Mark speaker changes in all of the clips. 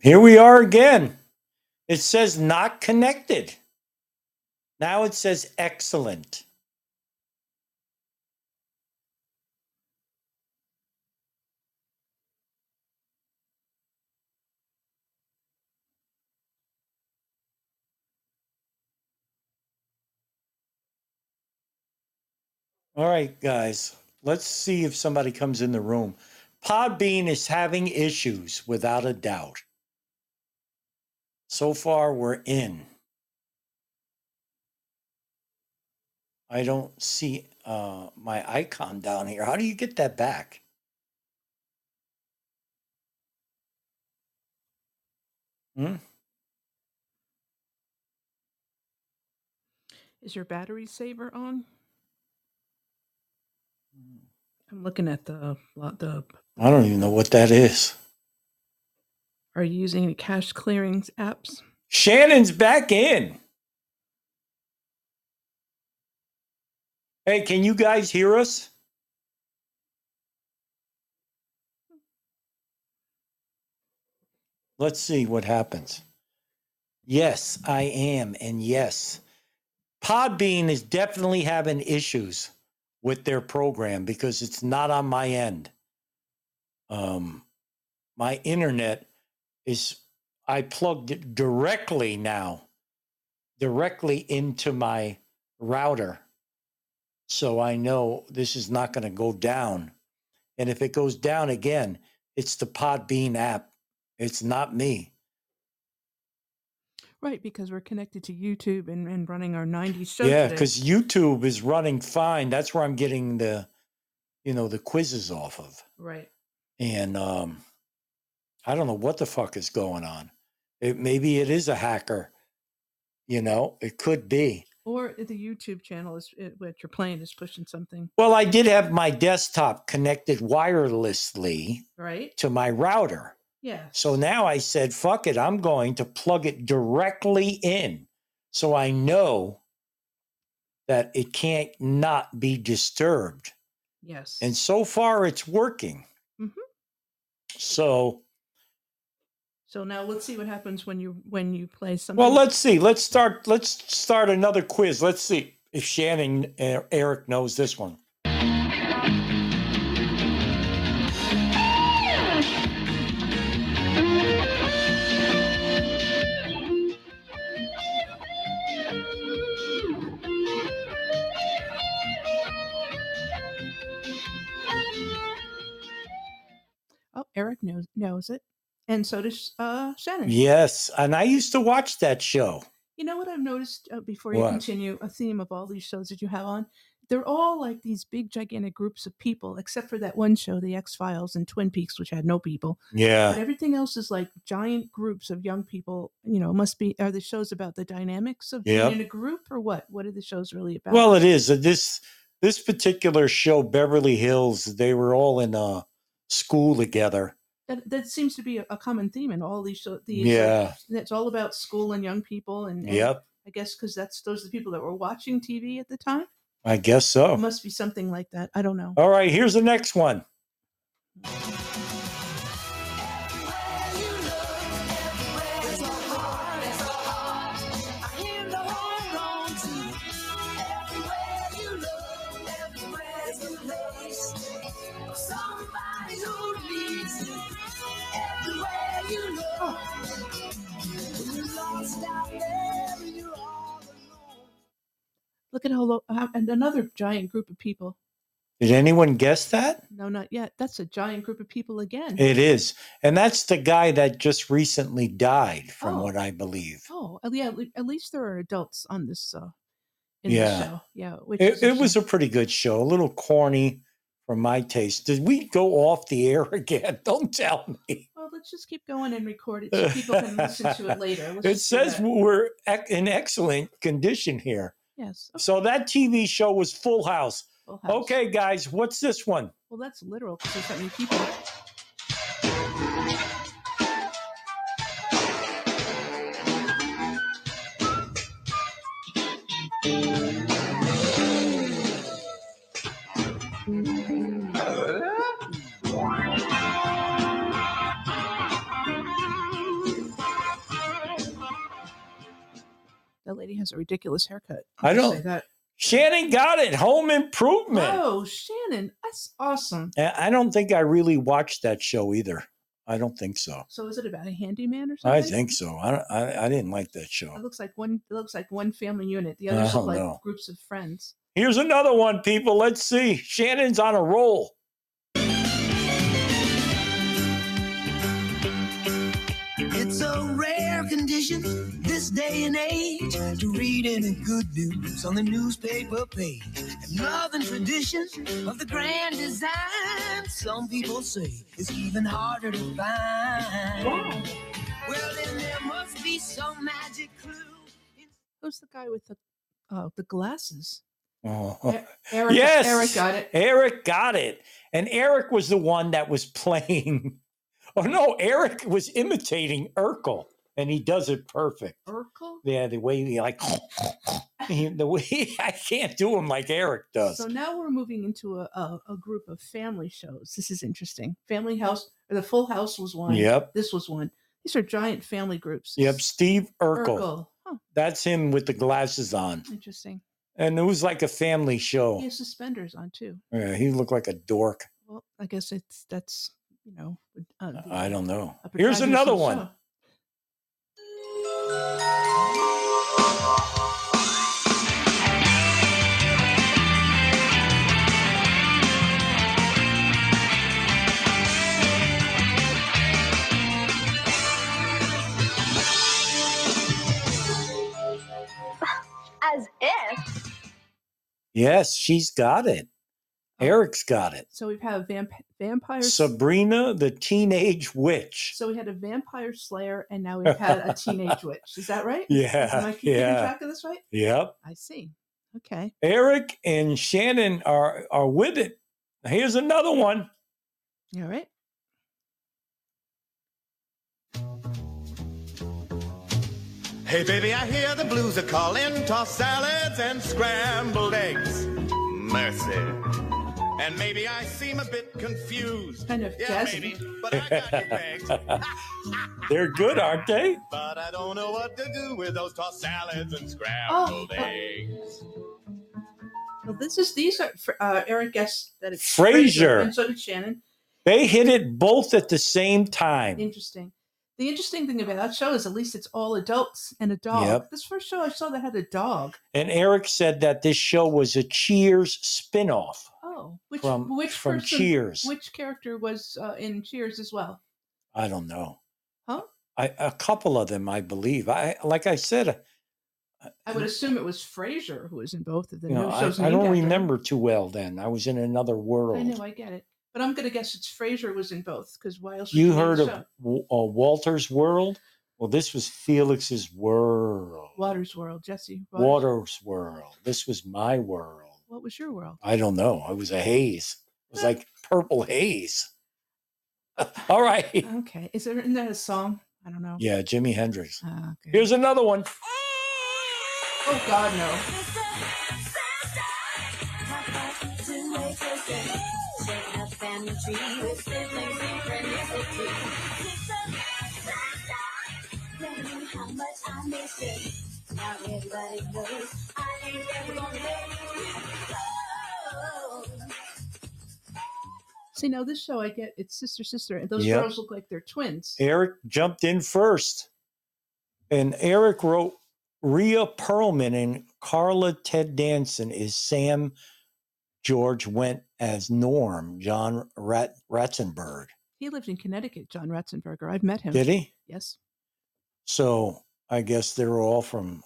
Speaker 1: Here we are again. It says not connected. Now it says excellent. All right, guys. Let's see if somebody comes in the room. Podbean is having issues without a doubt. So far, we're in. I don't see uh, my icon down here. How do you get that back? Hmm?
Speaker 2: Is your battery saver on? Mm. I'm looking at the lot. The
Speaker 1: I don't even know what that is.
Speaker 2: are you using any cash clearings apps?
Speaker 1: Shannon's back in. Hey, can you guys hear us? Let's see what happens. Yes, I am. And yes, Podbean is definitely having issues with their program because it's not on my end. Um, my internet is, I plugged it directly now, directly into my router. So I know this is not going to go down. And if it goes down again, it's the Podbean app. It's not me.
Speaker 2: Right, because we're connected to YouTube and, and running our 90s show
Speaker 1: Yeah,
Speaker 2: today.
Speaker 1: because YouTube is running fine. That's where I'm getting the you know the quizzes off of.
Speaker 2: Right.
Speaker 1: And um, I don't know what the fuck is going on. It, maybe it is a hacker. You know, it could be.
Speaker 2: Or the YouTube channel is it, what you're playing is pushing something.
Speaker 1: Well, I did have my desktop connected wirelessly
Speaker 2: Right.
Speaker 1: to my router. So
Speaker 2: Yes.
Speaker 1: now I said, fuck it, I'm going to plug it directly in. So I know that it can't not be disturbed.
Speaker 2: Yes.
Speaker 1: And so far it's working.
Speaker 2: hmm
Speaker 1: So,
Speaker 2: So now let's see what happens when you when you play
Speaker 1: well,
Speaker 2: something.
Speaker 1: let's see. Let's start let's start another quiz. Let's see if Shannon eh, Eric knows this one.
Speaker 2: Oh, Eric knows knows it, and so does uh, Shannon.
Speaker 1: Yes, and I used to watch that show.
Speaker 2: You know what I've noticed uh, before you
Speaker 1: What?
Speaker 2: continue a theme of all these shows that you have on? They're all like these big gigantic groups of people, except for that one show, The X Files and Twin Peaks, which had no people. But
Speaker 1: Yeah.
Speaker 2: everything else is like giant groups of young people. You know, must be are the shows about the dynamics of being
Speaker 1: Yep.
Speaker 2: in a group or what? What are the shows really about?
Speaker 1: Well, it is Uh, this this particular show, Beverly Hills. They were all in uh, school together.
Speaker 2: That that seems to be a, a common theme in all these show, these like
Speaker 1: Yeah.
Speaker 2: that's all about school and young people and and
Speaker 1: Yep.
Speaker 2: I guess because that's those are the people that were watching TV at the time.
Speaker 1: I guess so.
Speaker 2: Must be something like that. I don't know.
Speaker 1: All right. Here's the next one.
Speaker 2: Look at how, lo-
Speaker 1: Ah.
Speaker 2: how and another giant group of people.
Speaker 1: Did anyone guess that?
Speaker 2: No, not yet. That's a giant group of people again.
Speaker 1: It is, and that's the guy that just recently died, from
Speaker 2: Oh,
Speaker 1: what I believe.
Speaker 2: oh, uh, yeah. At le- at least there are adults on this uh, in this
Speaker 1: Yeah.
Speaker 2: show. Yeah, which
Speaker 1: It,
Speaker 2: is a
Speaker 1: it was
Speaker 2: shame.
Speaker 1: a pretty good show. A little corny for my taste. Did we go off the air again? Don't tell me.
Speaker 2: Well, let's just keep going and record it so people can listen to it later. Let's
Speaker 1: it
Speaker 2: just do
Speaker 1: says
Speaker 2: that.
Speaker 1: we're ec- in excellent condition here.
Speaker 2: Yes. Oh, Okay.
Speaker 1: So that TV show was Full House.
Speaker 2: Full house.
Speaker 1: Okay, guys, what's this one?
Speaker 2: Well, that's literal because there's that many people. that lady has a ridiculous haircut.
Speaker 1: I
Speaker 2: I'll just
Speaker 1: don't-
Speaker 2: say that.
Speaker 1: Shannon got it. Home Improvement.
Speaker 2: Oh, Shannon, that's awesome.
Speaker 1: And I don't think I really watched that show either. I don't think so.
Speaker 2: So is it about a handyman or something?
Speaker 1: I think so. I don't- I, I didn't like that
Speaker 2: It
Speaker 1: show.
Speaker 2: looks like one. It looks like one family unit. The others
Speaker 1: Oh,
Speaker 2: look like
Speaker 1: no.
Speaker 2: groups of friends.
Speaker 1: Here's another one, people. Let's see. Shannon's on a roll.
Speaker 3: It's a rare condition this day and age to read any good news on the newspaper page. And love and tradition of the grand design, some people say, is even harder to find. Well, then there must be some magic clue.
Speaker 2: Who's the guy with the uh, the glasses?
Speaker 1: Oh.
Speaker 2: Eric.
Speaker 1: Yes!
Speaker 2: Eric got it.
Speaker 1: Eric got it. And Eric was the one that was playing. Oh, no. Eric was imitating Urkel, and he does it perfect.
Speaker 2: Urkel.
Speaker 1: Yeah, the way he like, he- the way I can't do him like Eric does.
Speaker 2: So now we're moving into a, a, a group of family shows. This is interesting. Family House, or the Full House was one.
Speaker 1: Yep.
Speaker 2: This was one. These are giant family groups.
Speaker 1: Yep. Steve Urkel.
Speaker 2: Urkel. Huh,
Speaker 1: That's him with the glasses on.
Speaker 2: interesting.
Speaker 1: And it was like a family show.
Speaker 2: He has suspenders on too.
Speaker 1: Yeah, he looked like a dork.
Speaker 2: Well, I guess it's that's you know. Uh, the,
Speaker 1: I
Speaker 2: uh,
Speaker 1: don't know.
Speaker 2: a
Speaker 1: Here's
Speaker 2: protagonist of
Speaker 1: another
Speaker 2: the
Speaker 1: one.
Speaker 2: show.
Speaker 4: As if.
Speaker 1: Yes, she's got it.
Speaker 2: Oh.
Speaker 1: Eric's got it.
Speaker 2: So we have vamp- vampire. s-
Speaker 1: Sabrina the Teenage Witch.
Speaker 2: so we had a vampire slayer, and now we've had a teenage witch. Is that right? Am I
Speaker 1: Yeah.
Speaker 2: keeping
Speaker 1: Yeah.
Speaker 2: track of this right?
Speaker 1: Yep.
Speaker 2: I see. Okay.
Speaker 1: Eric and Shannon are are with it. Here's another one.
Speaker 2: All right.
Speaker 5: Hey, baby, I hear the blues are calling. Toss salads and scrambled eggs. Mercy. And maybe I seem a bit confused.
Speaker 2: Kind of
Speaker 5: yeah,
Speaker 2: jazzy.
Speaker 5: maybe, but I got you pegged.
Speaker 1: They're good, aren't they?
Speaker 5: But I don't know what to do with those tossed salads and scrambled
Speaker 2: Oh.
Speaker 5: eggs.
Speaker 2: Well, this is these are fr- uh, Eric guessed that it's
Speaker 1: Frasier.
Speaker 2: and so did Shannon.
Speaker 1: They hit it both at the same time.
Speaker 2: Interesting. The interesting thing about that show is at least it's all adults and a dog.
Speaker 1: Yep.
Speaker 2: This first show I saw that had a dog.
Speaker 1: And Eric said that this show was a Cheers spinoff
Speaker 2: Oh, which
Speaker 1: from
Speaker 2: which
Speaker 1: from
Speaker 2: person,
Speaker 1: Cheers.
Speaker 2: which character was uh, in Cheers as well?
Speaker 1: I don't know.
Speaker 2: Huh?
Speaker 1: I, a couple of them, I believe. I like I said, uh,
Speaker 2: I would assume it was Frasier who was in both of them.
Speaker 1: you know,
Speaker 2: No
Speaker 1: I,
Speaker 2: show's
Speaker 1: I
Speaker 2: named
Speaker 1: don't
Speaker 2: after him.
Speaker 1: remember too well. Then I was in another world.
Speaker 2: I know, I get it, but I'm gonna guess it's Frasier was in both because why else? would
Speaker 1: You
Speaker 2: he be in
Speaker 1: heard
Speaker 2: the
Speaker 1: of
Speaker 2: show?
Speaker 1: W- uh, Walter's World? Well, this was Felix's world.
Speaker 2: Waters World, Jesse. Waters.
Speaker 1: Walter's World. This was my world.
Speaker 2: What was your world?
Speaker 1: I don't know. It was a haze. It was like purple haze. All right.
Speaker 2: Okay, is there isn't that a song? I don't know.
Speaker 1: Yeah, Jimi Hendrix.
Speaker 2: Ah, okay.
Speaker 1: Here's another one.
Speaker 2: Oh God, no. See now this show I get it's sister sister and those
Speaker 1: Yep.
Speaker 2: girls look like they're twins.
Speaker 1: Eric jumped in first. And Eric wrote Rhea Perlman and Carla Ted Danson is Sam George went as Norm, John Rat- Ratzenberg.
Speaker 2: He lived in Connecticut, John Ratzenberger. I've met him.
Speaker 1: Did he?
Speaker 2: Yes,
Speaker 1: So I guess they're all from.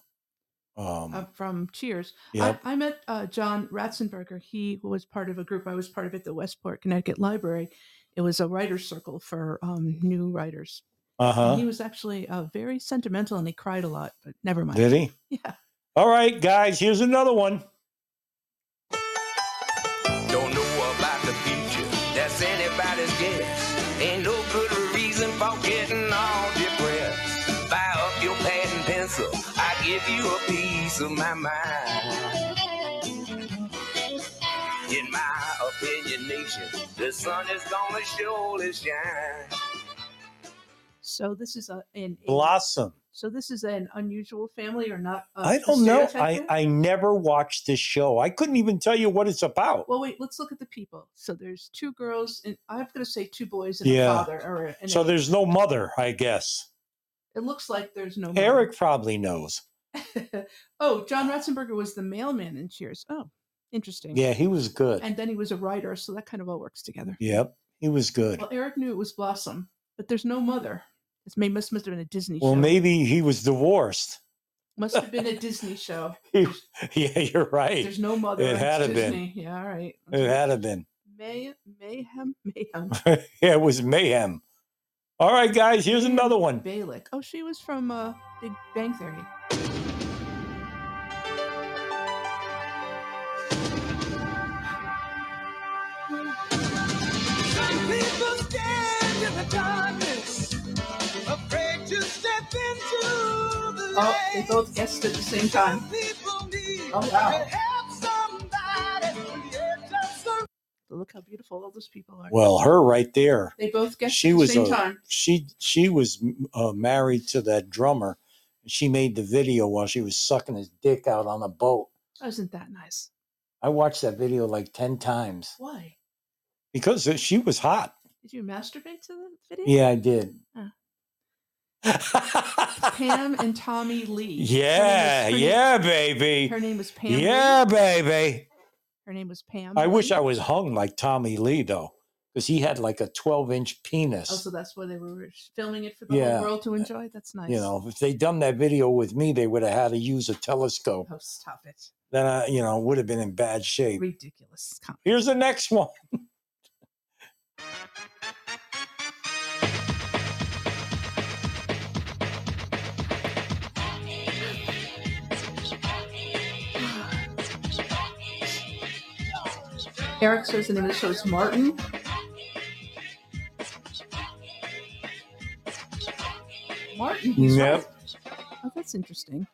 Speaker 1: Um,
Speaker 2: uh, from Cheers.
Speaker 1: yep.
Speaker 2: I, I met uh, John Ratzenberger. He was part of a group I was part of at the Westport, Connecticut Library. It was a writer's circle for um, new writers.
Speaker 1: Uh
Speaker 2: And
Speaker 1: huh.
Speaker 2: He was actually uh, very sentimental and he cried a lot, but never mind.
Speaker 1: Did he?
Speaker 2: Yeah.
Speaker 1: All right, guys. Here's another one.
Speaker 3: Don't know about the future, that's anybody's guess. Ain't no good reason for getting all depressed. Fire up your pad and pencil, I give you a piece of my mind. In my opinion, nation, the sun is gonna surely shine.
Speaker 2: So this is a an a-
Speaker 1: Blossom.
Speaker 2: so this is an unusual family or not? uh, I
Speaker 1: I don't know. I, I never watched this show. I couldn't even tell you what it's about.
Speaker 2: well, wait. Let's look at the people. So there's two girls, and I'm going to say two boys and
Speaker 1: Yeah.
Speaker 2: a father. Or a- and
Speaker 1: so
Speaker 2: a-
Speaker 1: there's no mother, I guess.
Speaker 2: it looks like there's no mother.
Speaker 1: Eric probably knows.
Speaker 2: oh, John Ratzenberger was the mailman in Cheers. Oh, interesting.
Speaker 1: Yeah, he was good.
Speaker 2: And then he was a writer, so that kind of all works together.
Speaker 1: Yep, he was good.
Speaker 2: Well, Eric knew it was Blossom, but there's no mother. This may must must have been a Disney
Speaker 1: Well,
Speaker 2: show.
Speaker 1: maybe he was divorced.
Speaker 2: must have been a Disney show.
Speaker 1: He, yeah, you're right.
Speaker 2: There's no mother.
Speaker 1: it
Speaker 2: and it's
Speaker 1: had to been.
Speaker 2: Disney. Yeah, all right.
Speaker 1: It had to been.
Speaker 2: May mayhem mayhem.
Speaker 1: yeah, it was mayhem. All right, guys, here's another one.
Speaker 2: Balik. Oh, she was from uh, Big Bang Theory.
Speaker 3: Some people stand in the darkness, afraid to step into the
Speaker 2: Oh, they
Speaker 3: light.
Speaker 2: both guessed at the same time.
Speaker 3: Some people need
Speaker 2: Oh, wow.
Speaker 3: to help somebody on the edge of some-
Speaker 2: Look how beautiful all those people are.
Speaker 1: Well, her right there.
Speaker 2: they both guessed
Speaker 1: She
Speaker 2: at the
Speaker 1: was
Speaker 2: same
Speaker 1: a-
Speaker 2: time.
Speaker 1: She she was uh, married to that drummer. She made the video while she was sucking his dick out on a boat.
Speaker 2: Wasn't that nice?
Speaker 1: I watched that video like ten times
Speaker 2: Why?
Speaker 1: because uh, she was hot.
Speaker 2: Did you masturbate to the video?
Speaker 1: Yeah, I did.
Speaker 2: Pam and Tommy Lee. Her name was-
Speaker 1: yeah,
Speaker 2: her name-
Speaker 1: yeah, baby.
Speaker 2: Her name was Pam. Lee.
Speaker 1: Yeah, baby.
Speaker 2: Her name was Pam.
Speaker 1: I wish
Speaker 2: Lee.
Speaker 1: I was hung like Tommy Lee though, because he had like a 12 inch
Speaker 2: Oh,
Speaker 1: penis.
Speaker 2: so that's why they were filming it for the
Speaker 1: Yeah.
Speaker 2: whole world to enjoy. That's nice.
Speaker 1: You know, if they'd done that video with me, they would have had to use a telescope.
Speaker 2: Oh, stop it!
Speaker 1: Then I, you know, would have been in bad shape.
Speaker 2: Ridiculous. Come-
Speaker 1: Here's the next one.
Speaker 2: Eric says the name of the show is Martin. Martin. He's
Speaker 1: Yep.
Speaker 2: right. Oh, that's interesting.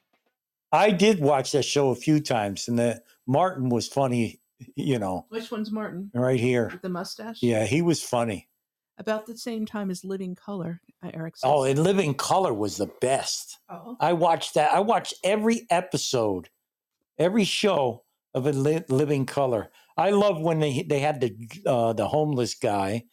Speaker 1: I did watch that show a few times, and the Martin was funny. You know,
Speaker 2: Which one's Martin?
Speaker 1: right here.
Speaker 2: With the mustache.
Speaker 1: Yeah, he was funny.
Speaker 2: About the same time as Living Color. uh, Eric says.
Speaker 1: Oh, and Living Color was the best.
Speaker 2: Oh,
Speaker 1: I watched that. I watched every episode, every show of a li- Living Color. I love when they they had the uh, the homeless guy,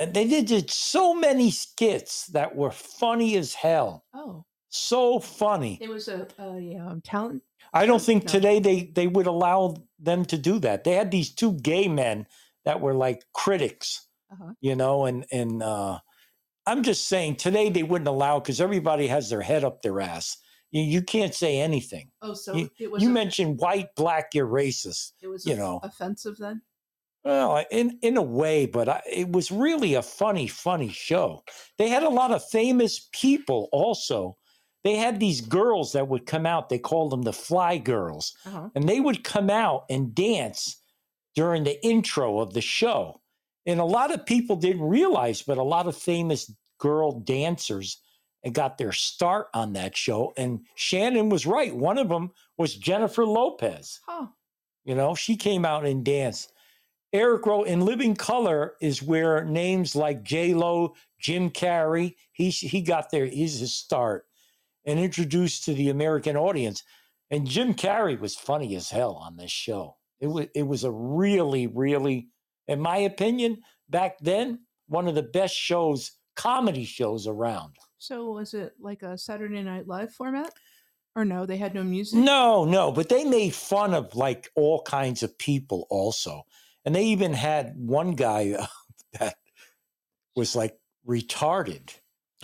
Speaker 1: and they did just so many skits that were funny as hell.
Speaker 2: oh.
Speaker 1: So funny.
Speaker 2: It was a, a um, talent
Speaker 1: I don't think
Speaker 2: No.
Speaker 1: today they they would allow them to do that. They had these two gay men that were like critics,
Speaker 2: Uh-huh.
Speaker 1: you know, and and uh, I'm just saying today they wouldn't allow because everybody has their head up their ass. You, you can't say anything.
Speaker 2: Oh, so
Speaker 1: You-
Speaker 2: it was
Speaker 1: you
Speaker 2: a-
Speaker 1: mentioned white, black, you're racist.
Speaker 2: it was
Speaker 1: you
Speaker 2: off-
Speaker 1: know.
Speaker 2: offensive then.
Speaker 1: Well, I- in in a way, but I, it was really a funny, funny show. They had a lot of famous people also. They had these girls that would come out. They called them the Fly Girls,
Speaker 2: Uh-huh.
Speaker 1: and they would come out and dance during the intro of the show. And a lot of people didn't realize, but a lot of famous girl dancers got their start on that show. And Shannon was right. One of them was Jennifer Lopez.
Speaker 2: Huh.
Speaker 1: You know, she came out and danced. Eric wrote in Living Color is where names like J Lo, Jim Carrey, he he got there. He's his start and introduced to the American audience. And Jim Carrey was funny as hell on this show. It was it was a really really, in my opinion, back then one of the best shows, comedy shows around.
Speaker 2: So was it like a Saturday Night Live format? Or no, they had no music?
Speaker 1: No, no, but they made fun of like all kinds of people also. And they even had one guy uh, that was like retarded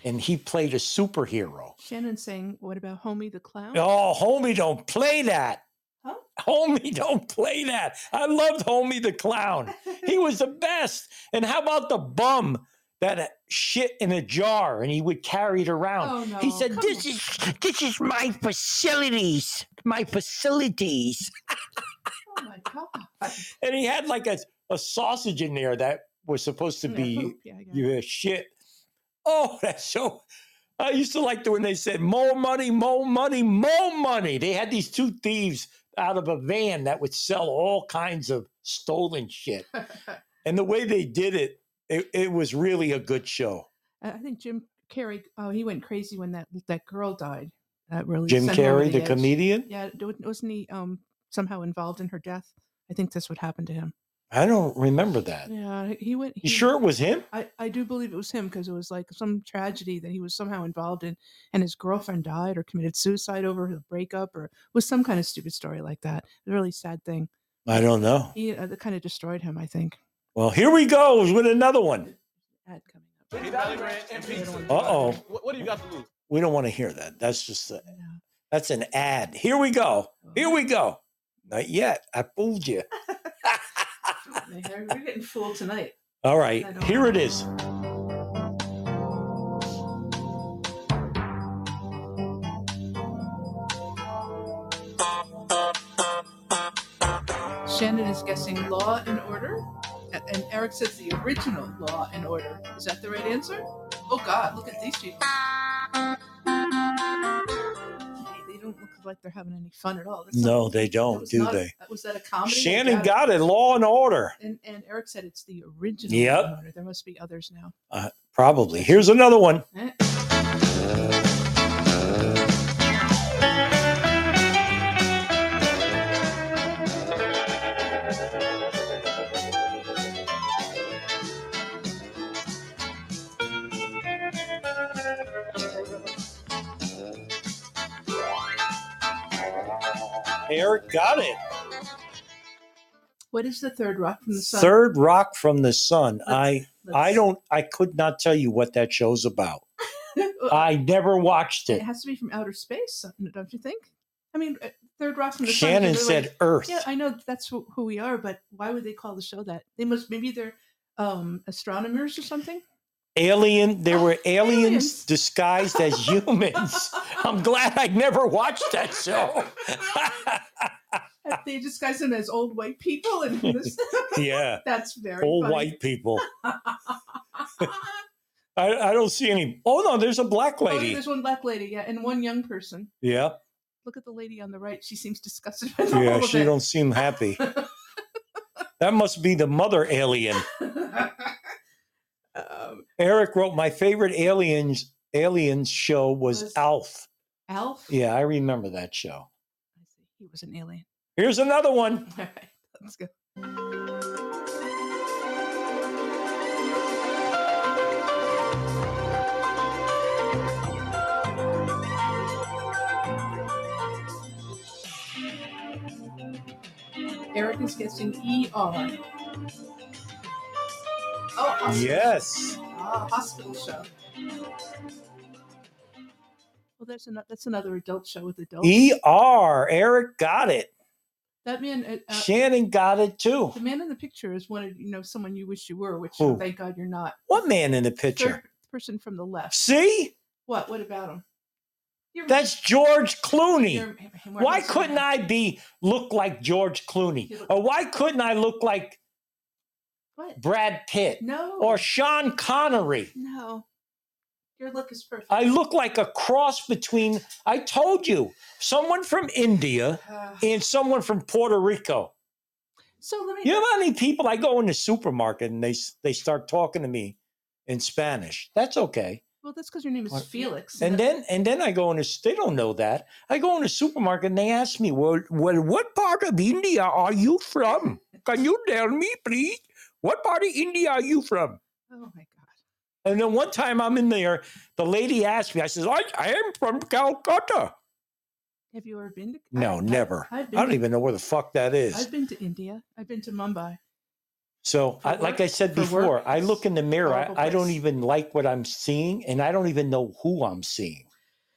Speaker 1: and he played a superhero.
Speaker 2: Shannon saying, What about Homie the Clown?
Speaker 1: Oh, homie, don't play that.
Speaker 2: Huh?
Speaker 1: Homie, don't play that. I loved Homie the Clown. He was the best. And how about the bum that uh, shit in a jar and he would carry it around?
Speaker 2: Oh, no.
Speaker 1: He said,
Speaker 2: come
Speaker 1: "This
Speaker 2: on."
Speaker 1: is this is my facilities, my facilities."
Speaker 2: Oh my God.
Speaker 1: And he had like a, a sausage in there that was supposed to
Speaker 2: Yeah,
Speaker 1: be
Speaker 2: poop, yeah, I got it.
Speaker 1: your shit. Oh, that show! I used to like the when they said "more money, more money, more money." They had these two thieves out of a van that would sell all kinds of stolen shit, and the way they did it, it, it was really a good show.
Speaker 2: I I think Jim Carrey, oh, he went crazy when that that girl died. That really
Speaker 1: Jim
Speaker 2: sent him over
Speaker 1: Carrey, the
Speaker 2: edge.
Speaker 1: comedian.
Speaker 2: Yeah, d- wasn't he um somehow involved in her death? I think that's what happened to him.
Speaker 1: I don't remember that.
Speaker 2: Yeah, he went.
Speaker 1: Uh,
Speaker 2: He,
Speaker 1: You sure it was him?
Speaker 2: I, I do believe it was him because it was like some tragedy that he was somehow involved in, and his girlfriend died or committed suicide over his breakup or was some kind of stupid story like that. A really sad thing.
Speaker 1: I don't know.
Speaker 2: He uh, that kind of destroyed him, I think.
Speaker 1: Well, here we go with another one.
Speaker 2: Ad coming up.
Speaker 1: Uh oh.
Speaker 6: What, what do you got to lose?
Speaker 1: We don't want to hear that. That's just a,
Speaker 2: Yeah.
Speaker 1: that's an ad. Here we go. Here we go. Not yet. I fooled you.
Speaker 2: We're getting fooled tonight.
Speaker 1: All right.
Speaker 2: I don't
Speaker 1: Here it is.
Speaker 2: Shannon is guessing Law and Order, a- and Eric says the original Law and Order. Is that the right answer? Oh God, look at these people. Hey, They don't look like they're having any fun at all. That's not-
Speaker 1: No, they
Speaker 2: that
Speaker 1: don't,
Speaker 2: was
Speaker 1: do
Speaker 2: not-
Speaker 1: they?
Speaker 2: That, was that a comedy? They
Speaker 1: Shannon
Speaker 2: got it.
Speaker 1: got it. Law and order.
Speaker 2: And, and Eric said it's the original
Speaker 1: Yep.
Speaker 2: Law and Order. There must be others now.
Speaker 1: Probably. Here's another one.
Speaker 2: Eh,
Speaker 1: Eric got it.
Speaker 2: What is the third rock from the sun?
Speaker 1: Third rock from the sun.
Speaker 2: Let's-
Speaker 1: I
Speaker 2: Let's-
Speaker 1: I don't I could not tell you what that show's about.
Speaker 2: Well,
Speaker 1: I never watched
Speaker 2: it
Speaker 1: it.
Speaker 2: has to be from outer space, don't you think? I mean, uh, third rock from the sun. 'cause
Speaker 1: Shannon
Speaker 2: they're
Speaker 1: said
Speaker 2: like-
Speaker 1: Earth.
Speaker 2: Yeah, I know that's who, who we are, but why would they call the show that? They must maybe they're um, astronomers or something.
Speaker 1: Alien, there were aliens,
Speaker 2: Oh, Aliens.
Speaker 1: disguised as humans. I'm glad I never watched that show.
Speaker 2: they disguise them as old white people, and this,
Speaker 1: yeah,
Speaker 2: that's very
Speaker 1: old
Speaker 2: funny.
Speaker 1: white people. I, I don't see any. Oh no, there's a black
Speaker 2: Oh, yeah,
Speaker 1: lady.
Speaker 2: there's one black lady, yeah, and one young person.
Speaker 1: Yeah,
Speaker 2: Look at the lady on the right; she seems disgusted by all
Speaker 1: yeah.
Speaker 2: of
Speaker 1: She
Speaker 2: it.
Speaker 1: don't seem happy. That must be the mother alien.
Speaker 2: um,
Speaker 1: Eric wrote my favorite aliens aliens show was,
Speaker 2: Was-
Speaker 1: Alf.
Speaker 2: Alf.
Speaker 1: Yeah, I remember that show.
Speaker 2: I see. He was an alien.
Speaker 1: Here's another one.
Speaker 2: All right, let's go. Eric is guessing ER. Oh, hospital.
Speaker 1: Yes.
Speaker 2: Oh, Ah, hospital show. Well, that's another that's another adult show with adults.
Speaker 1: ER. Eric got it.
Speaker 2: that man, uh, uh,
Speaker 1: Shannon got it too.
Speaker 2: The man in the picture is one of you know someone you wish you were, which
Speaker 1: Who?
Speaker 2: thank God you're not.
Speaker 1: What man in the
Speaker 2: The
Speaker 1: picture?
Speaker 2: Third person from the left.
Speaker 1: See?
Speaker 2: What? What about him? You're,
Speaker 1: That's George
Speaker 2: you're-
Speaker 1: Clooney.
Speaker 2: you're more
Speaker 1: Why
Speaker 2: handsome
Speaker 1: couldn't
Speaker 2: than-
Speaker 1: I be look like George Clooney?
Speaker 2: You look-
Speaker 1: Or why couldn't I look like
Speaker 2: What?
Speaker 1: Brad Pitt
Speaker 2: No.
Speaker 1: or Sean Connery?
Speaker 2: no. Your look is perfect.
Speaker 1: I look like a cross between I told you, someone from India
Speaker 2: Uh,
Speaker 1: and someone from Puerto Rico.
Speaker 2: so let me.
Speaker 1: You know how many people I go in the supermarket and they s- they start talking to me in Spanish. That's okay.
Speaker 2: Well, that's because your name is
Speaker 1: What?
Speaker 2: Felix.
Speaker 1: And
Speaker 2: that-
Speaker 1: then and then I go in this. They don't know that. I go in the supermarket and they ask me, "Well, well, what part of India are you from? Can you tell me, please? What part of India are you from?"
Speaker 2: oh my God.
Speaker 1: And then one time I'm in there, the lady asked me. I says, "I, I am from Calcutta."
Speaker 2: Have you ever been to?
Speaker 1: No,
Speaker 2: I,
Speaker 1: never.
Speaker 2: I,
Speaker 1: I,
Speaker 2: have been
Speaker 1: don't
Speaker 2: to,
Speaker 1: even know where the fuck that is.
Speaker 2: I've been to India. I've been to Mumbai.
Speaker 1: So,
Speaker 2: For
Speaker 1: I, like I
Speaker 2: work-
Speaker 1: said
Speaker 2: for work,
Speaker 1: before, I look in the mirror. I,
Speaker 2: horrible
Speaker 1: I don't
Speaker 2: place.
Speaker 1: even like what I'm seeing, and I don't even know who I'm seeing.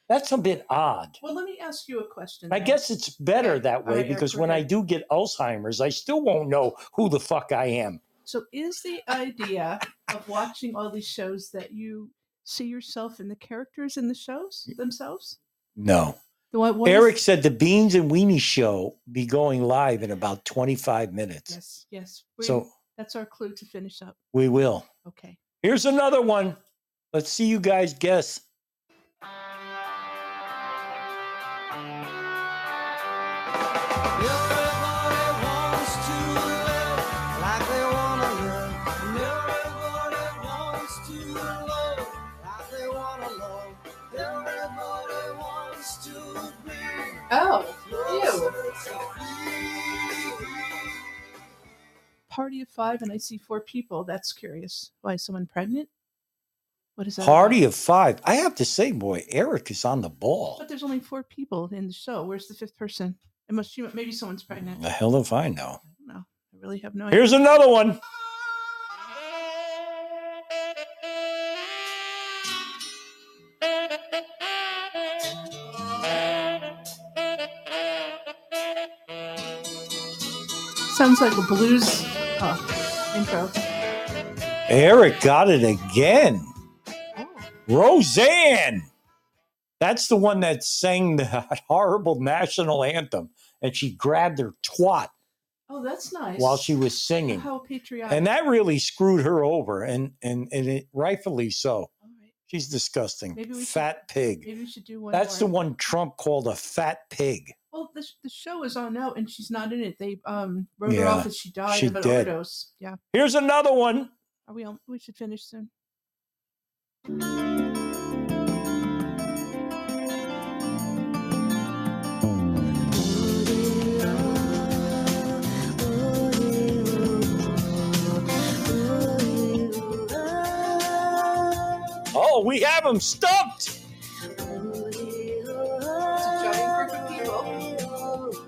Speaker 1: That's a bit odd.
Speaker 2: Well, let me ask you a question.
Speaker 1: I
Speaker 2: then.
Speaker 1: guess it's better
Speaker 2: Okay,
Speaker 1: that
Speaker 2: all
Speaker 1: way
Speaker 2: right, Eric,
Speaker 1: because
Speaker 2: we're
Speaker 1: when I
Speaker 2: good.
Speaker 1: do get Alzheimer's, I still won't know who the fuck I am.
Speaker 2: So, is the idea of watching all these shows that you see yourself in the characters in the shows themselves?
Speaker 1: No.
Speaker 2: The one, what is-
Speaker 1: Eric said the Beans and Weenie show be going live in about 25 minutes.
Speaker 2: Yes, yes. we-
Speaker 1: So
Speaker 2: that's our clue to finish up.
Speaker 1: we will.
Speaker 2: Okay.
Speaker 1: Here's another one. Let's see you guys guess.
Speaker 3: Everybody wants to love like they wanna love. And everybody wants to love like they wanna
Speaker 6: Oh,
Speaker 2: Party of five, and I see four people. That's curious. Why is someone pregnant? What is that? about?
Speaker 1: Party of five. I have to say, boy, Eric is on the ball.
Speaker 2: But there's only four people in the show. Where's the fifth person? It must. She, maybe someone's pregnant.
Speaker 1: The hell if I know.
Speaker 2: I don't know. I really have no idea.
Speaker 1: Here's another one.
Speaker 2: Sounds like a blues uh, intro.
Speaker 1: Eric got it again.
Speaker 2: Oh.
Speaker 1: Roseanne. That's the one that sang that horrible national anthem, and she grabbed her twat
Speaker 2: oh, that's nice.
Speaker 1: while she was singing,
Speaker 2: How patriotic.
Speaker 1: and that really screwed her over, and and and it, rightfully so.
Speaker 2: All right.
Speaker 1: She's
Speaker 2: Maybe
Speaker 1: disgusting,
Speaker 2: we should-
Speaker 1: fat pig.
Speaker 2: Maybe we should do one.
Speaker 1: That's the
Speaker 2: more.
Speaker 1: one Trump called a fat pig.
Speaker 2: Well, the, sh- the show is on now, and she's not in it. They um wrote her
Speaker 1: Yeah,
Speaker 2: off as she died
Speaker 1: she
Speaker 2: of an
Speaker 1: did.
Speaker 2: overdose. Yeah.
Speaker 1: Here's another one.
Speaker 2: Are we on? We should finish soon.
Speaker 1: Oh, we have him stumped.
Speaker 6: it's a giant group of people.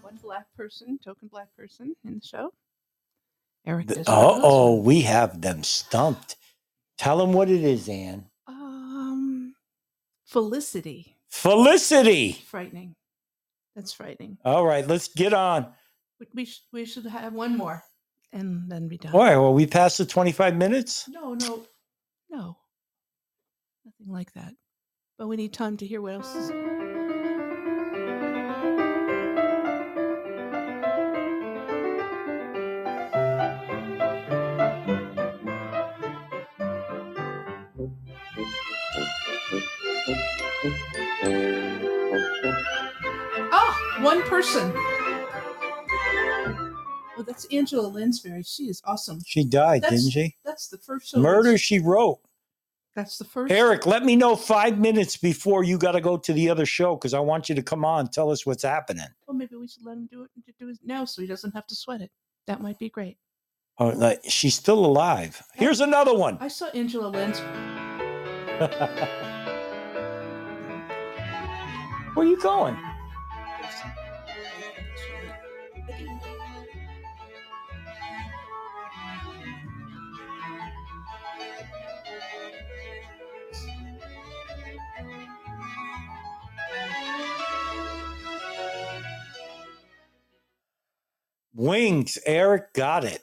Speaker 2: One black person, token black person in the show. Eric.
Speaker 1: Uh
Speaker 2: does not know this
Speaker 1: oh,
Speaker 2: one.
Speaker 1: we have them stumped. Tell them what it is, Ann.
Speaker 2: Um, Felicity.
Speaker 1: Felicity.
Speaker 2: Frightening. That's frightening.
Speaker 1: All right, let's get on.
Speaker 2: We we, sh- we should have one more, and then be done.
Speaker 1: All right, well, we passed the 25 minutes.
Speaker 2: No, no, no. Nothing like that. But we need time to hear what else is. Ah, one person. Oh, that's Angela Lansbury. She is awesome.
Speaker 1: She died,
Speaker 2: That's-
Speaker 1: didn't she?
Speaker 2: That's the first show.
Speaker 1: Murder
Speaker 2: that's-
Speaker 1: she wrote.
Speaker 2: That's the first.
Speaker 1: Eric, let me know five minutes before you got to go to the other show because I want you to come on. Tell us what's happening.
Speaker 2: Well, maybe we should let him do it do it now, so he doesn't have to sweat it. That might be great.
Speaker 1: Oh, like, she's still alive. Here's another one.
Speaker 2: I saw Angela Lansbury.
Speaker 1: Where you going? Wings. Eric got it.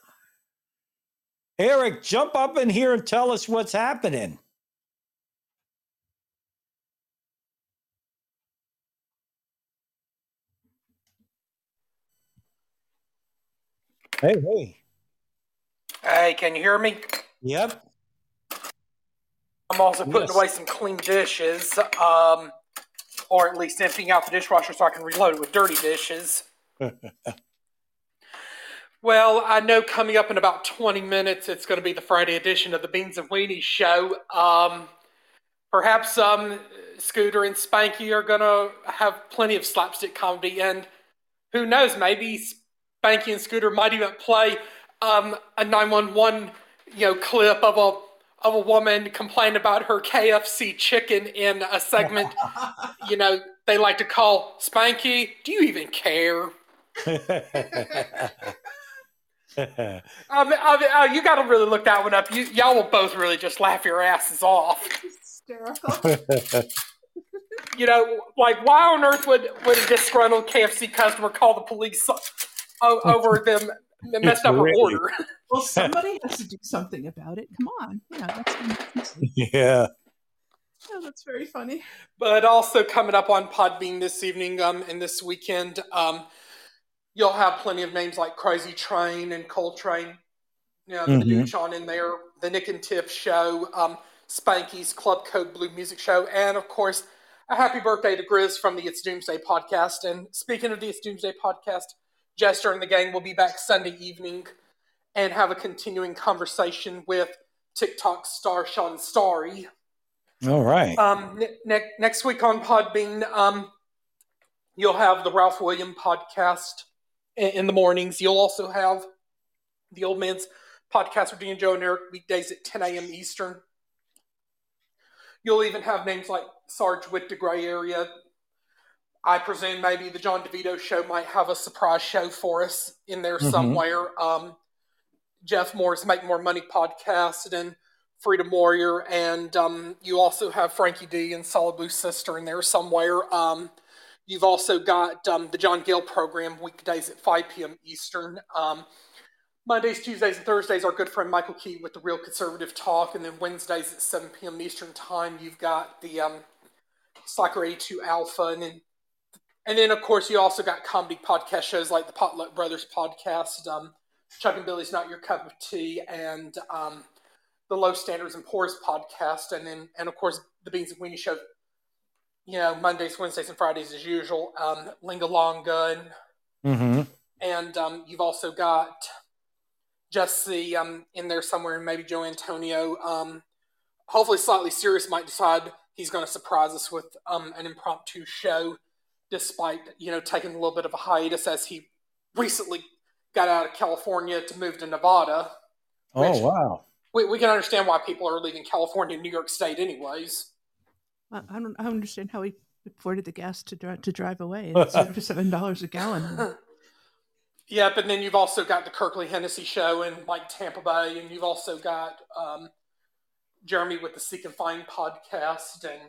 Speaker 1: Eric, jump up in here and tell us what's happening. Hey, hey.
Speaker 7: Hey, can you hear me?
Speaker 1: Yep.
Speaker 7: I'm also putting
Speaker 1: Yes.
Speaker 7: away some clean dishes, um, or at least emptying out the dishwasher so I can reload it with dirty dishes. well, I know coming up in about 20 minutes, it's going to be the Friday edition of the Beans and Weenie Show. Um, perhaps um, Scooter and Spanky are going to have plenty of slapstick comedy, and who knows, maybe Spanky and Scooter might even play um, a 911 you know clip of a of a woman complaining about her KFC chicken in a segment you know they like to call Spanky. Do you even care? I mean, I mean, uh, you got to really look that one up. You y'all will both really just laugh your asses off.
Speaker 2: Hysterical.
Speaker 7: You know, like why on earth would would a disgruntled KFC customer call the police o- over them messed up her
Speaker 1: Really?
Speaker 7: order?
Speaker 2: well, somebody has to do something about it. Come on. Yeah, that's,
Speaker 1: yeah.
Speaker 2: yeah, that's very funny.
Speaker 7: But also coming up on Podbean this evening um, and this weekend, um, you'll have plenty of names like Crazy Train and Coltrane. You know, the Dooch on in there, the Nick and Tiff show, um, Spanky's Club Code Blue music show, and of course, a happy birthday to Grizz from the It's Doomsday podcast. And speaking of the It's Doomsday podcast, Jester and the gang will be back Sunday evening and have a continuing conversation with TikTok star Sean Starry.
Speaker 1: All right.
Speaker 7: Um, ne- ne- next week on Podbean, um, You'll have the Ralph William podcast i- in the mornings. You'll also have the Old Man's podcast with Dean, Joe, and Eric weekdays at 10 a.m. Eastern. You'll even have names like Sarge Witt, the Gray Area. I presume maybe the John DeVito show might have a surprise show for us in there
Speaker 1: Mhm.
Speaker 7: somewhere. Um, Jeff Moore's Make More Money podcast and Freedom Warrior. And um, you also have Frankie D and Soliboo's sister in there somewhere. Um, you've also got um, the John Gale program weekdays at 5 p.m. Eastern. Um, Mondays, Tuesdays, and Thursdays, our good friend Michael Key with the Real Conservative Talk, and then Wednesdays at 7 p.m. Eastern Time, you've got the um, Slacker 82 Alpha, and then and then of course you also got comedy podcast shows like the Potluck Brothers podcast, um, Chuck and Billy's Not Your Cup of Tea, and um, the Low Standards and Poor's podcast, and then and of course the Beans and Weenie Show. You know Mondays, Wednesdays, and Fridays as usual. Um, Lingalonga and
Speaker 1: Mm-hmm.
Speaker 7: and um, you've also got Jesse um, in there somewhere, and maybe Joe Antonio. Um, hopefully, slightly serious might decide he's going to surprise us with um, an impromptu show, despite you know taking a little bit of a hiatus as he recently got out of California to move to Nevada.
Speaker 1: Oh
Speaker 7: Rich.
Speaker 1: wow.
Speaker 7: We, we can understand why people are leaving California and New York State, anyways.
Speaker 2: I, I don't. I don't understand how he afforded the gas to dri- to drive away. It's over seven dollars a gallon.
Speaker 7: Yep, and then you've also got the Kirkley Hennessy show and like Tampa Bay, and you've also got um, Jeremy with the Seek and Find podcast, and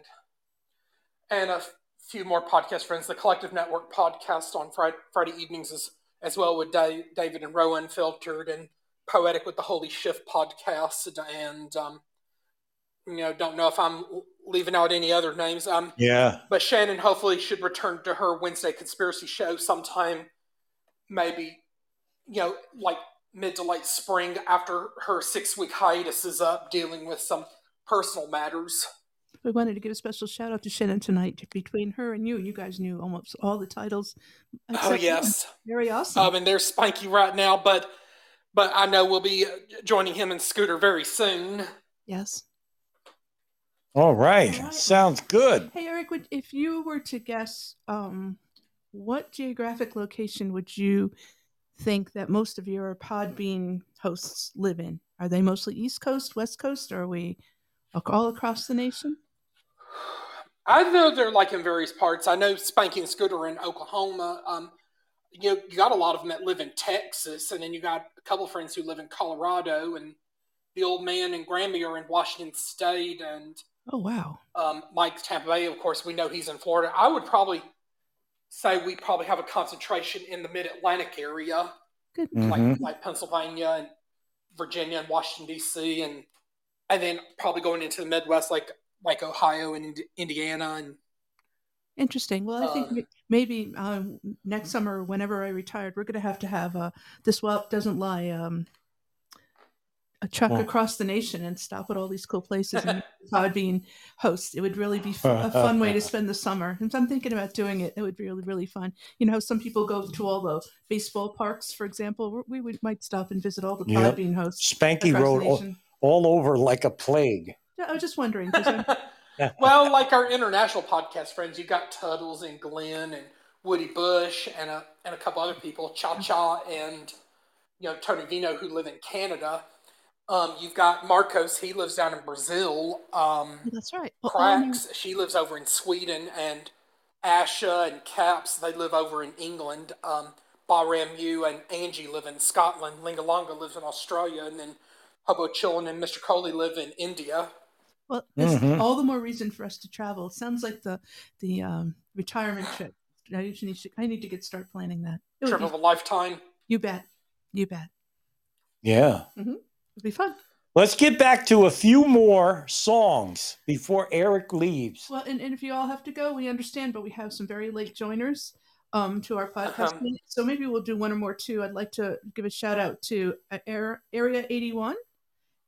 Speaker 7: and a few more podcast friends. The Collective Network podcast on Friday, Friday evenings as as well with Da- David and Rowan Filtered and Poetic with the Holy Shift podcast, and um, you know don't know if I'm leaving out any other names. Um,
Speaker 1: Yeah.
Speaker 7: but Shannon hopefully should return to her Wednesday conspiracy show sometime, maybe, you know, like mid to late spring after her six week hiatus is up, dealing with some personal matters.
Speaker 2: we wanted to give a special shout out to Shannon tonight. Between her and you, you guys knew almost all the titles.
Speaker 7: oh,
Speaker 2: except one.
Speaker 7: yes.
Speaker 2: very awesome.
Speaker 1: Oh,
Speaker 7: Um, and there's Spanky right now, but but I know we'll be joining him and Scooter very soon.
Speaker 2: yes.
Speaker 1: All right.
Speaker 2: All right.
Speaker 1: Sounds good.
Speaker 2: Hey Eric, would, if you were to guess, um, what geographic location would you think that most of your Podbean hosts live in? Are they mostly East Coast, West Coast, or are we ac- all across the nation?
Speaker 7: I know they're like in various parts. I know Spanky and Scooter are in Oklahoma. Um, you know, you got a lot of them that live in Texas, and then you got a couple friends who live in Colorado, and the old man and Grammy are in Washington State, and
Speaker 2: Oh wow,
Speaker 7: um, Mike Tampa Bay, of course, we know he's in Florida. I would probably say we probably have a concentration in the Mid Atlantic area,
Speaker 2: good.
Speaker 1: Mhm.
Speaker 7: like like Pennsylvania and Virginia and Washington D.C. and and then probably going into the Midwest, like like Ohio and Ind- Indiana and
Speaker 2: Interesting. Well, I think
Speaker 7: Um,
Speaker 2: m- maybe um, next summer, whenever I retired, we're going to have to have a this Welt doesn't lie um, a truck
Speaker 1: Well-
Speaker 2: across the nation and stop at all these cool places and make Podbean hosts. It would really be f- a fun way to spend the summer. And I'm thinking about doing it. It would be really really fun. You know, how some people go to all the baseball parks, for example. we- We would might stop and visit all the
Speaker 1: Yep. Oh.
Speaker 2: Podbean hosts.
Speaker 1: Spanky
Speaker 2: across the
Speaker 1: rode all,
Speaker 2: nation.
Speaker 1: all over like a plague.
Speaker 2: Yeah, I was just wondering. 'cause I'm-
Speaker 7: well, like our international podcast friends, you got Tuttles and Glenn and Woody Bush and a and a couple other people, Cha Cha and you know Tony Vino who live in Canada. Um, you've got Marcos, he lives down in Brazil. Um,
Speaker 2: that's right. Well, all new-
Speaker 7: Cracks, she lives over in Sweden, and Asha and Caps, they live over in England. Um, Bahram U and Angie live in Scotland. Lingalonga lives in Australia, and then Hobo Chillin and Mr. Coley live in India.
Speaker 2: Well, it's
Speaker 1: Mhm.
Speaker 2: all the more reason for us to travel. It sounds like the the um, retirement trip. I usually need to, I need to get start planning that. It would
Speaker 7: Trip
Speaker 2: be-
Speaker 7: of a lifetime.
Speaker 2: you bet, you bet.
Speaker 1: Yeah.
Speaker 2: It'd be fun.
Speaker 1: Let's get back to a few more songs before Eric leaves.
Speaker 2: Well, and, and if you all have to go, we understand, but we have some very late joiners um, to our podcast,
Speaker 7: Uh-huh.
Speaker 2: meeting, so maybe we'll do one or more too. I'd like to give a shout out to uh, Air- Area eighty one,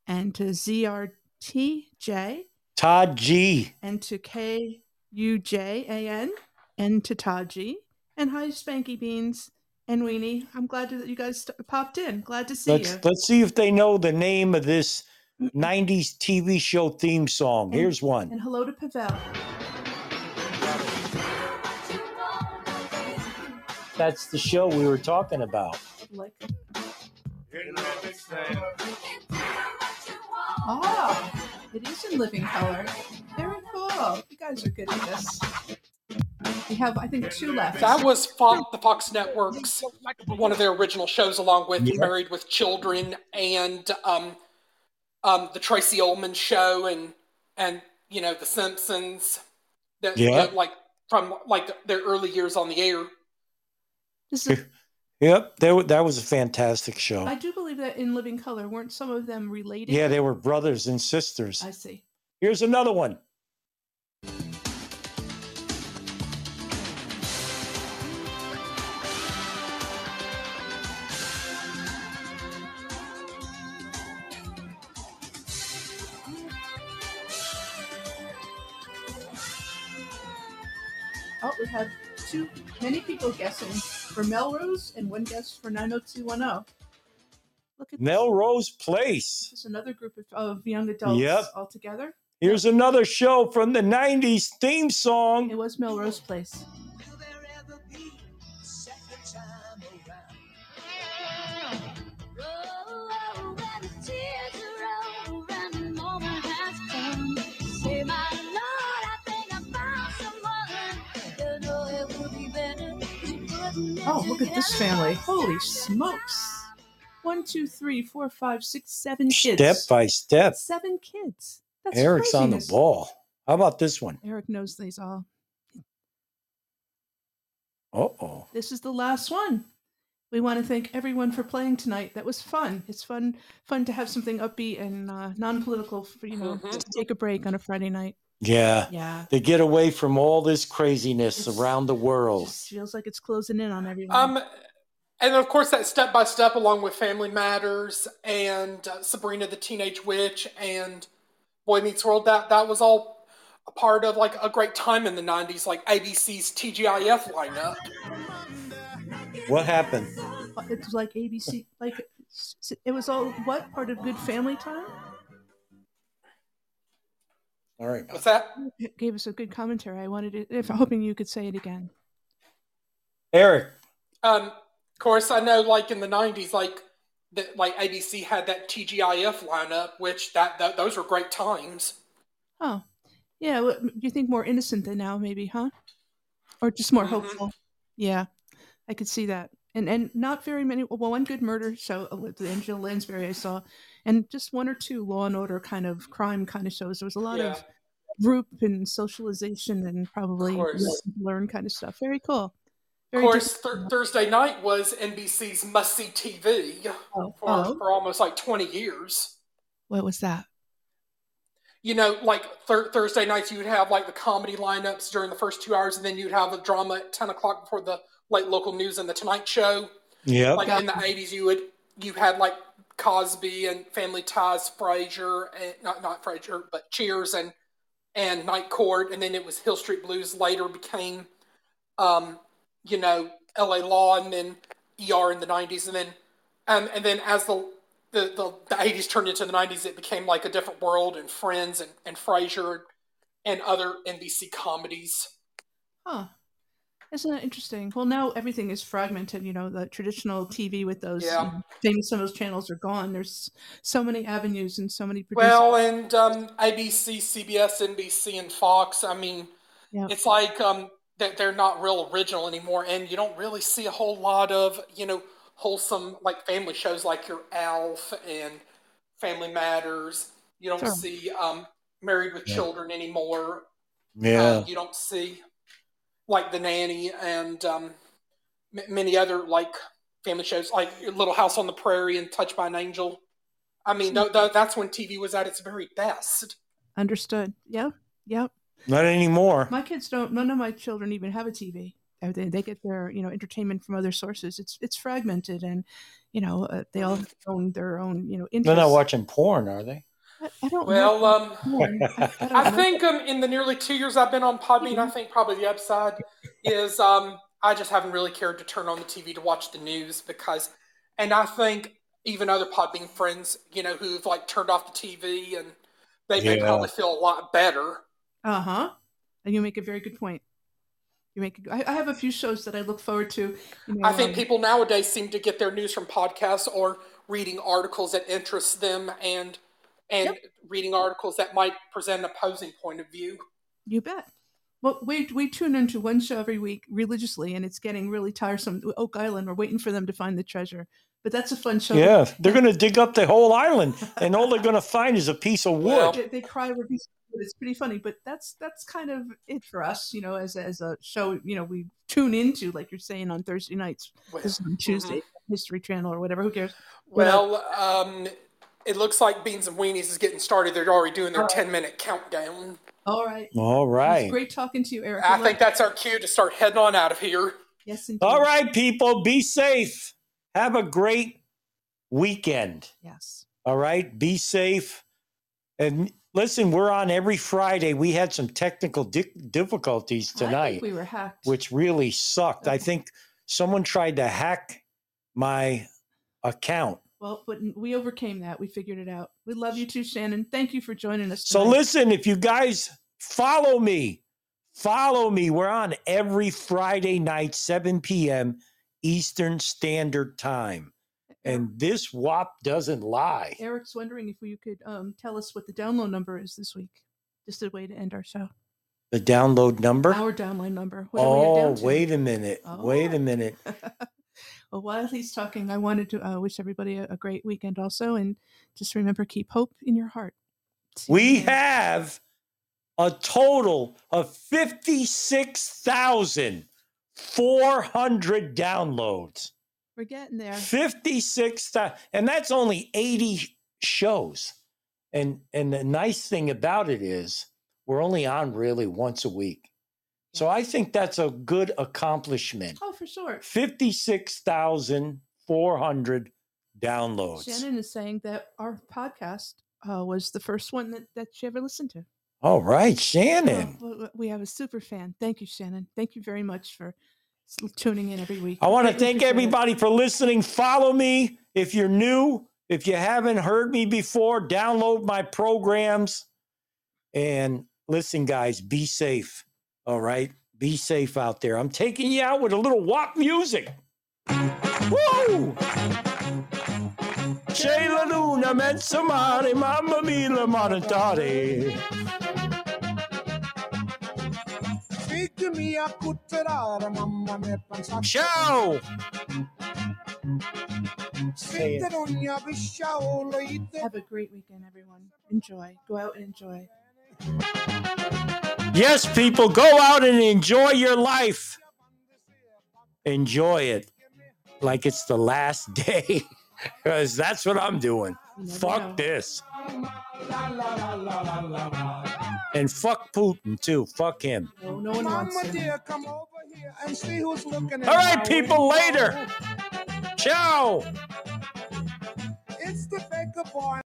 Speaker 2: and to ZRTJ,
Speaker 1: Todd G.
Speaker 2: and to K U J A N and to Taji and hi Spanky Beans and Weenie. I'm glad that you guys st- popped in. Glad to see
Speaker 1: Let's
Speaker 2: you.
Speaker 1: let's see if they know the name of this 90s TV show theme song. Here's one.
Speaker 2: And hello to Pavel.
Speaker 4: Tomorrow,
Speaker 1: That's the show we were talking about.
Speaker 2: Like,
Speaker 4: It's
Speaker 2: oh, it is in living color. Very cool. You guys are good at this. We have, I think, two left.
Speaker 7: That was Fox, the Fox Network's one of their original shows, along with Married with Children and um, um, the Tracy Ullman Show, and and you know the Simpsons. That,
Speaker 1: Yeah.
Speaker 7: that, like from like their early years on the air.
Speaker 2: This is-
Speaker 1: Yep, that, wa- that was a fantastic show.
Speaker 2: I do believe that in living color, weren't some of them related?
Speaker 1: yeah, they were brothers and sisters.
Speaker 2: I see.
Speaker 1: Here's another one.
Speaker 2: Oh, we have two many people guessing for Melrose and one guess for 90210. Look at
Speaker 1: Melrose Place.
Speaker 2: this is another group of, of young adults
Speaker 1: Yep.
Speaker 2: all together.
Speaker 1: Here's another show from the 90s theme song.
Speaker 2: It was Melrose Place.
Speaker 3: Will there ever be a second time around?
Speaker 2: Oh, look at this family. Holy smokes. One, two, three, four, five, six, seven kids.
Speaker 1: Step by step.
Speaker 2: Seven kids. That's
Speaker 1: Eric's on the
Speaker 2: craziness.
Speaker 1: ball. How about this one?
Speaker 2: Eric knows these all.
Speaker 1: Uh oh.
Speaker 2: this is the last one. We want to thank everyone for playing tonight. That was fun. It's fun, fun to have something upbeat and uh, non-political. For, you know,
Speaker 7: Mhm.
Speaker 2: just to take a break on a Friday night.
Speaker 1: Yeah.
Speaker 2: Yeah,
Speaker 1: To get away from all this craziness
Speaker 2: It's-
Speaker 1: around the
Speaker 2: it
Speaker 1: world.
Speaker 2: just feels like it's closing in on everyone.
Speaker 7: Um, and of course that step by step, along with Family Matters and uh, Sabrina the Teenage Witch and Boy Meets World, that that was all a part of like a great time in the '90s, like ABC's TGIF lineup.
Speaker 1: What happened?
Speaker 2: it was like ABC, like s- it was all what part of Good Family Time
Speaker 1: All right.
Speaker 7: What's that?
Speaker 2: It gave us a good commentary. I wanted it, if hoping you could say it again.
Speaker 1: Eric.
Speaker 7: Um, of course, I know like in the '90s, like that like ABC had that TGIF lineup, which that, that those were great times.
Speaker 2: Oh, yeah. what- Do you think more innocent than now, maybe, huh? Or just more
Speaker 7: Mhm.
Speaker 2: hopeful? Yeah, I could see that. And and not very many. Well, one good murder show uh, with Angela Lansbury I saw, and just one or two Law and Order kind of crime kind of shows. There was a lot
Speaker 7: Yeah.
Speaker 2: of group and socialization and probably
Speaker 7: course.
Speaker 2: learn kind of stuff. Very cool.
Speaker 7: Of
Speaker 2: Very
Speaker 7: course, th- Thursday night was NBC's must see TV
Speaker 2: different. Oh,
Speaker 7: for, for almost like 20 years.
Speaker 2: what was that?
Speaker 7: you know, like thir- Thursday nights, you'd have like the comedy lineups during the first two hours, and then you'd have the drama at ten o'clock before the like local news and the Tonight Show.
Speaker 1: Yep.
Speaker 7: Like in the eighties, you would you had like Cosby and Family Ties, Frasier, and not not Frasier, but Cheers and and Night Court, and then it was Hill Street Blues. Later became, um, you know, L.A. Law, and then ER in the nineties, and then um, and then as the the, the the 80s turned into the 90s it became like a different world and friends and, and frasier and other nbc comedies
Speaker 2: Huh. Isn't that interesting? Well, now everything is fragmented. You know, the traditional TV with those
Speaker 7: Yeah.
Speaker 2: um, famous some of those channels are gone. There's so many avenues and so many producers.
Speaker 7: well and um, abc cbs nbc and fox i mean
Speaker 2: Yeah.
Speaker 7: it's like um, that they're not real original anymore and you don't really see a whole lot of you know wholesome like family shows like your alf and family matters you don't
Speaker 2: Sure.
Speaker 7: see um, married with
Speaker 1: Yeah.
Speaker 7: children anymore
Speaker 1: Yeah.
Speaker 7: Uh, you don't see like the nanny and um, m- many other like family shows like Your little house on the prairie and touched by an angel i mean th- th- that's when tv was at its very best
Speaker 2: Understood. Yeah. Yep.
Speaker 1: Not anymore.
Speaker 2: My kids don't. None of my children even have a TV. Uh, They, they get their you know entertainment from other sources. It's it's fragmented, and you know uh, they all have their own their own you know
Speaker 1: They're
Speaker 2: interests.
Speaker 1: not watching porn, are they?
Speaker 2: I, I don't.
Speaker 7: well
Speaker 2: know.
Speaker 1: Mm-hmm.
Speaker 7: um,
Speaker 2: Porn. I, I don't
Speaker 7: i
Speaker 2: know.
Speaker 7: think um, in the nearly two years i've been on podbean
Speaker 1: Mm-hmm.
Speaker 7: i think probably the upside is um, i just haven't really cared to turn on the tv to watch the news because and i think even other podbean friends you know who've like turned off the tv and they, they
Speaker 1: Yeah.
Speaker 7: probably feel a lot better
Speaker 2: Uh-huh. Uh huh. And you make a very good point. you make. A, I, I have a few shows that I look forward to. you know,
Speaker 7: I think
Speaker 2: um,
Speaker 7: people nowadays seem to get their news from podcasts or reading articles that interest them and and reading articles that might present an opposing point of view.
Speaker 2: You bet. Well, we we tune into one show every week religiously, and it's getting really tiresome. Oak Island, we're waiting for them to find the treasure, but that's a fun show.
Speaker 1: Yeah, they're going to dig up the whole island, and all they're going to find is a piece of wood.
Speaker 7: Well-
Speaker 2: They, they cry over pieces of wood. It's pretty funny, but that's that's kind of it for us, you know, as as a show. You know, we tune into like you're saying on Thursday nights,
Speaker 7: Well,
Speaker 2: this is on Tuesday, History Channel or whatever. Who cares?
Speaker 7: Well, um, it looks like Beans and Weenies is getting started. They're already doing their 10 minute countdown.
Speaker 2: All right.
Speaker 1: All
Speaker 2: It was
Speaker 1: right.
Speaker 2: great talking to you, Eric.
Speaker 7: I
Speaker 2: love
Speaker 7: think
Speaker 2: it.
Speaker 7: that's our cue to start heading on out of here.
Speaker 2: yes, indeed.
Speaker 1: All right, people, be safe. Have a great weekend.
Speaker 2: Yes.
Speaker 1: All right, be safe. And listen, we're on every Friday. We had some technical di- difficulties
Speaker 2: I think
Speaker 1: tonight,
Speaker 2: we were hacked.
Speaker 1: which really sucked. I think someone tried to hack my account.
Speaker 2: well, but we overcame that. We figured it out. We love you too, Shannon. Thank you for joining us.
Speaker 1: So
Speaker 2: tonight.
Speaker 1: listen, if you guys follow me, follow me. We're on every Friday night, 7 p.m. Eastern Standard Time. And this WAP doesn't lie.
Speaker 2: Eric's wondering if you could um, tell us what the download number is this week. Just a way to end our show.
Speaker 1: The download number?
Speaker 2: Our downline number. What are we
Speaker 1: Oh,
Speaker 2: down to?
Speaker 1: wait a minute. Wait
Speaker 2: Oh.
Speaker 1: a minute.
Speaker 2: well, while he's talking, I wanted to uh, wish everybody a, a great weekend also. And just remember, keep hope in your heart. See you
Speaker 1: We
Speaker 2: again.
Speaker 1: have a total of 56,400 downloads.
Speaker 2: We're getting there.
Speaker 1: 56 thou- and that's only 80 shows and and the nice thing about it is we're only on really once a week so i think that's a good accomplishment
Speaker 2: Oh, for sure.
Speaker 1: 56400 downloads
Speaker 2: Shannon is saying that our podcast uh, was the first one that, that she ever listened to.
Speaker 1: all right
Speaker 2: Oh,
Speaker 1: shannon
Speaker 2: w- w- we have a super fan. Thank you, Shannon. Thank you very much for s- tuning in every week.
Speaker 1: i want to
Speaker 2: Greatly
Speaker 1: thank
Speaker 2: appreciate it.
Speaker 1: everybody for listening follow me if you're new if you haven't heard me before download my programs And listen, guys, be safe. All right. Be safe out there. I'm taking you out with a little WAP music. Woo! C'è la luna, mezzo mare, mamma mia, la maritare.
Speaker 3: Pick me up, cutterare, mamma mia, pensa
Speaker 1: Ciao!
Speaker 3: Sitte non ne apiscia o lo ite
Speaker 2: Have a great weekend, everyone. Enjoy. Go out and enjoy.
Speaker 1: Yes, people, go out and enjoy your life. Enjoy it like it's the last day, because that's what I'm doing.
Speaker 2: You never know.
Speaker 1: Fuck this. And fuck Putin, too. Fuck him.
Speaker 2: No, no one wants
Speaker 3: Mamma
Speaker 2: to.
Speaker 3: dear, come over here and see who's looking at
Speaker 1: All right,
Speaker 3: my
Speaker 1: people,
Speaker 3: window.
Speaker 1: later. Ciao.
Speaker 3: It's the baker boy.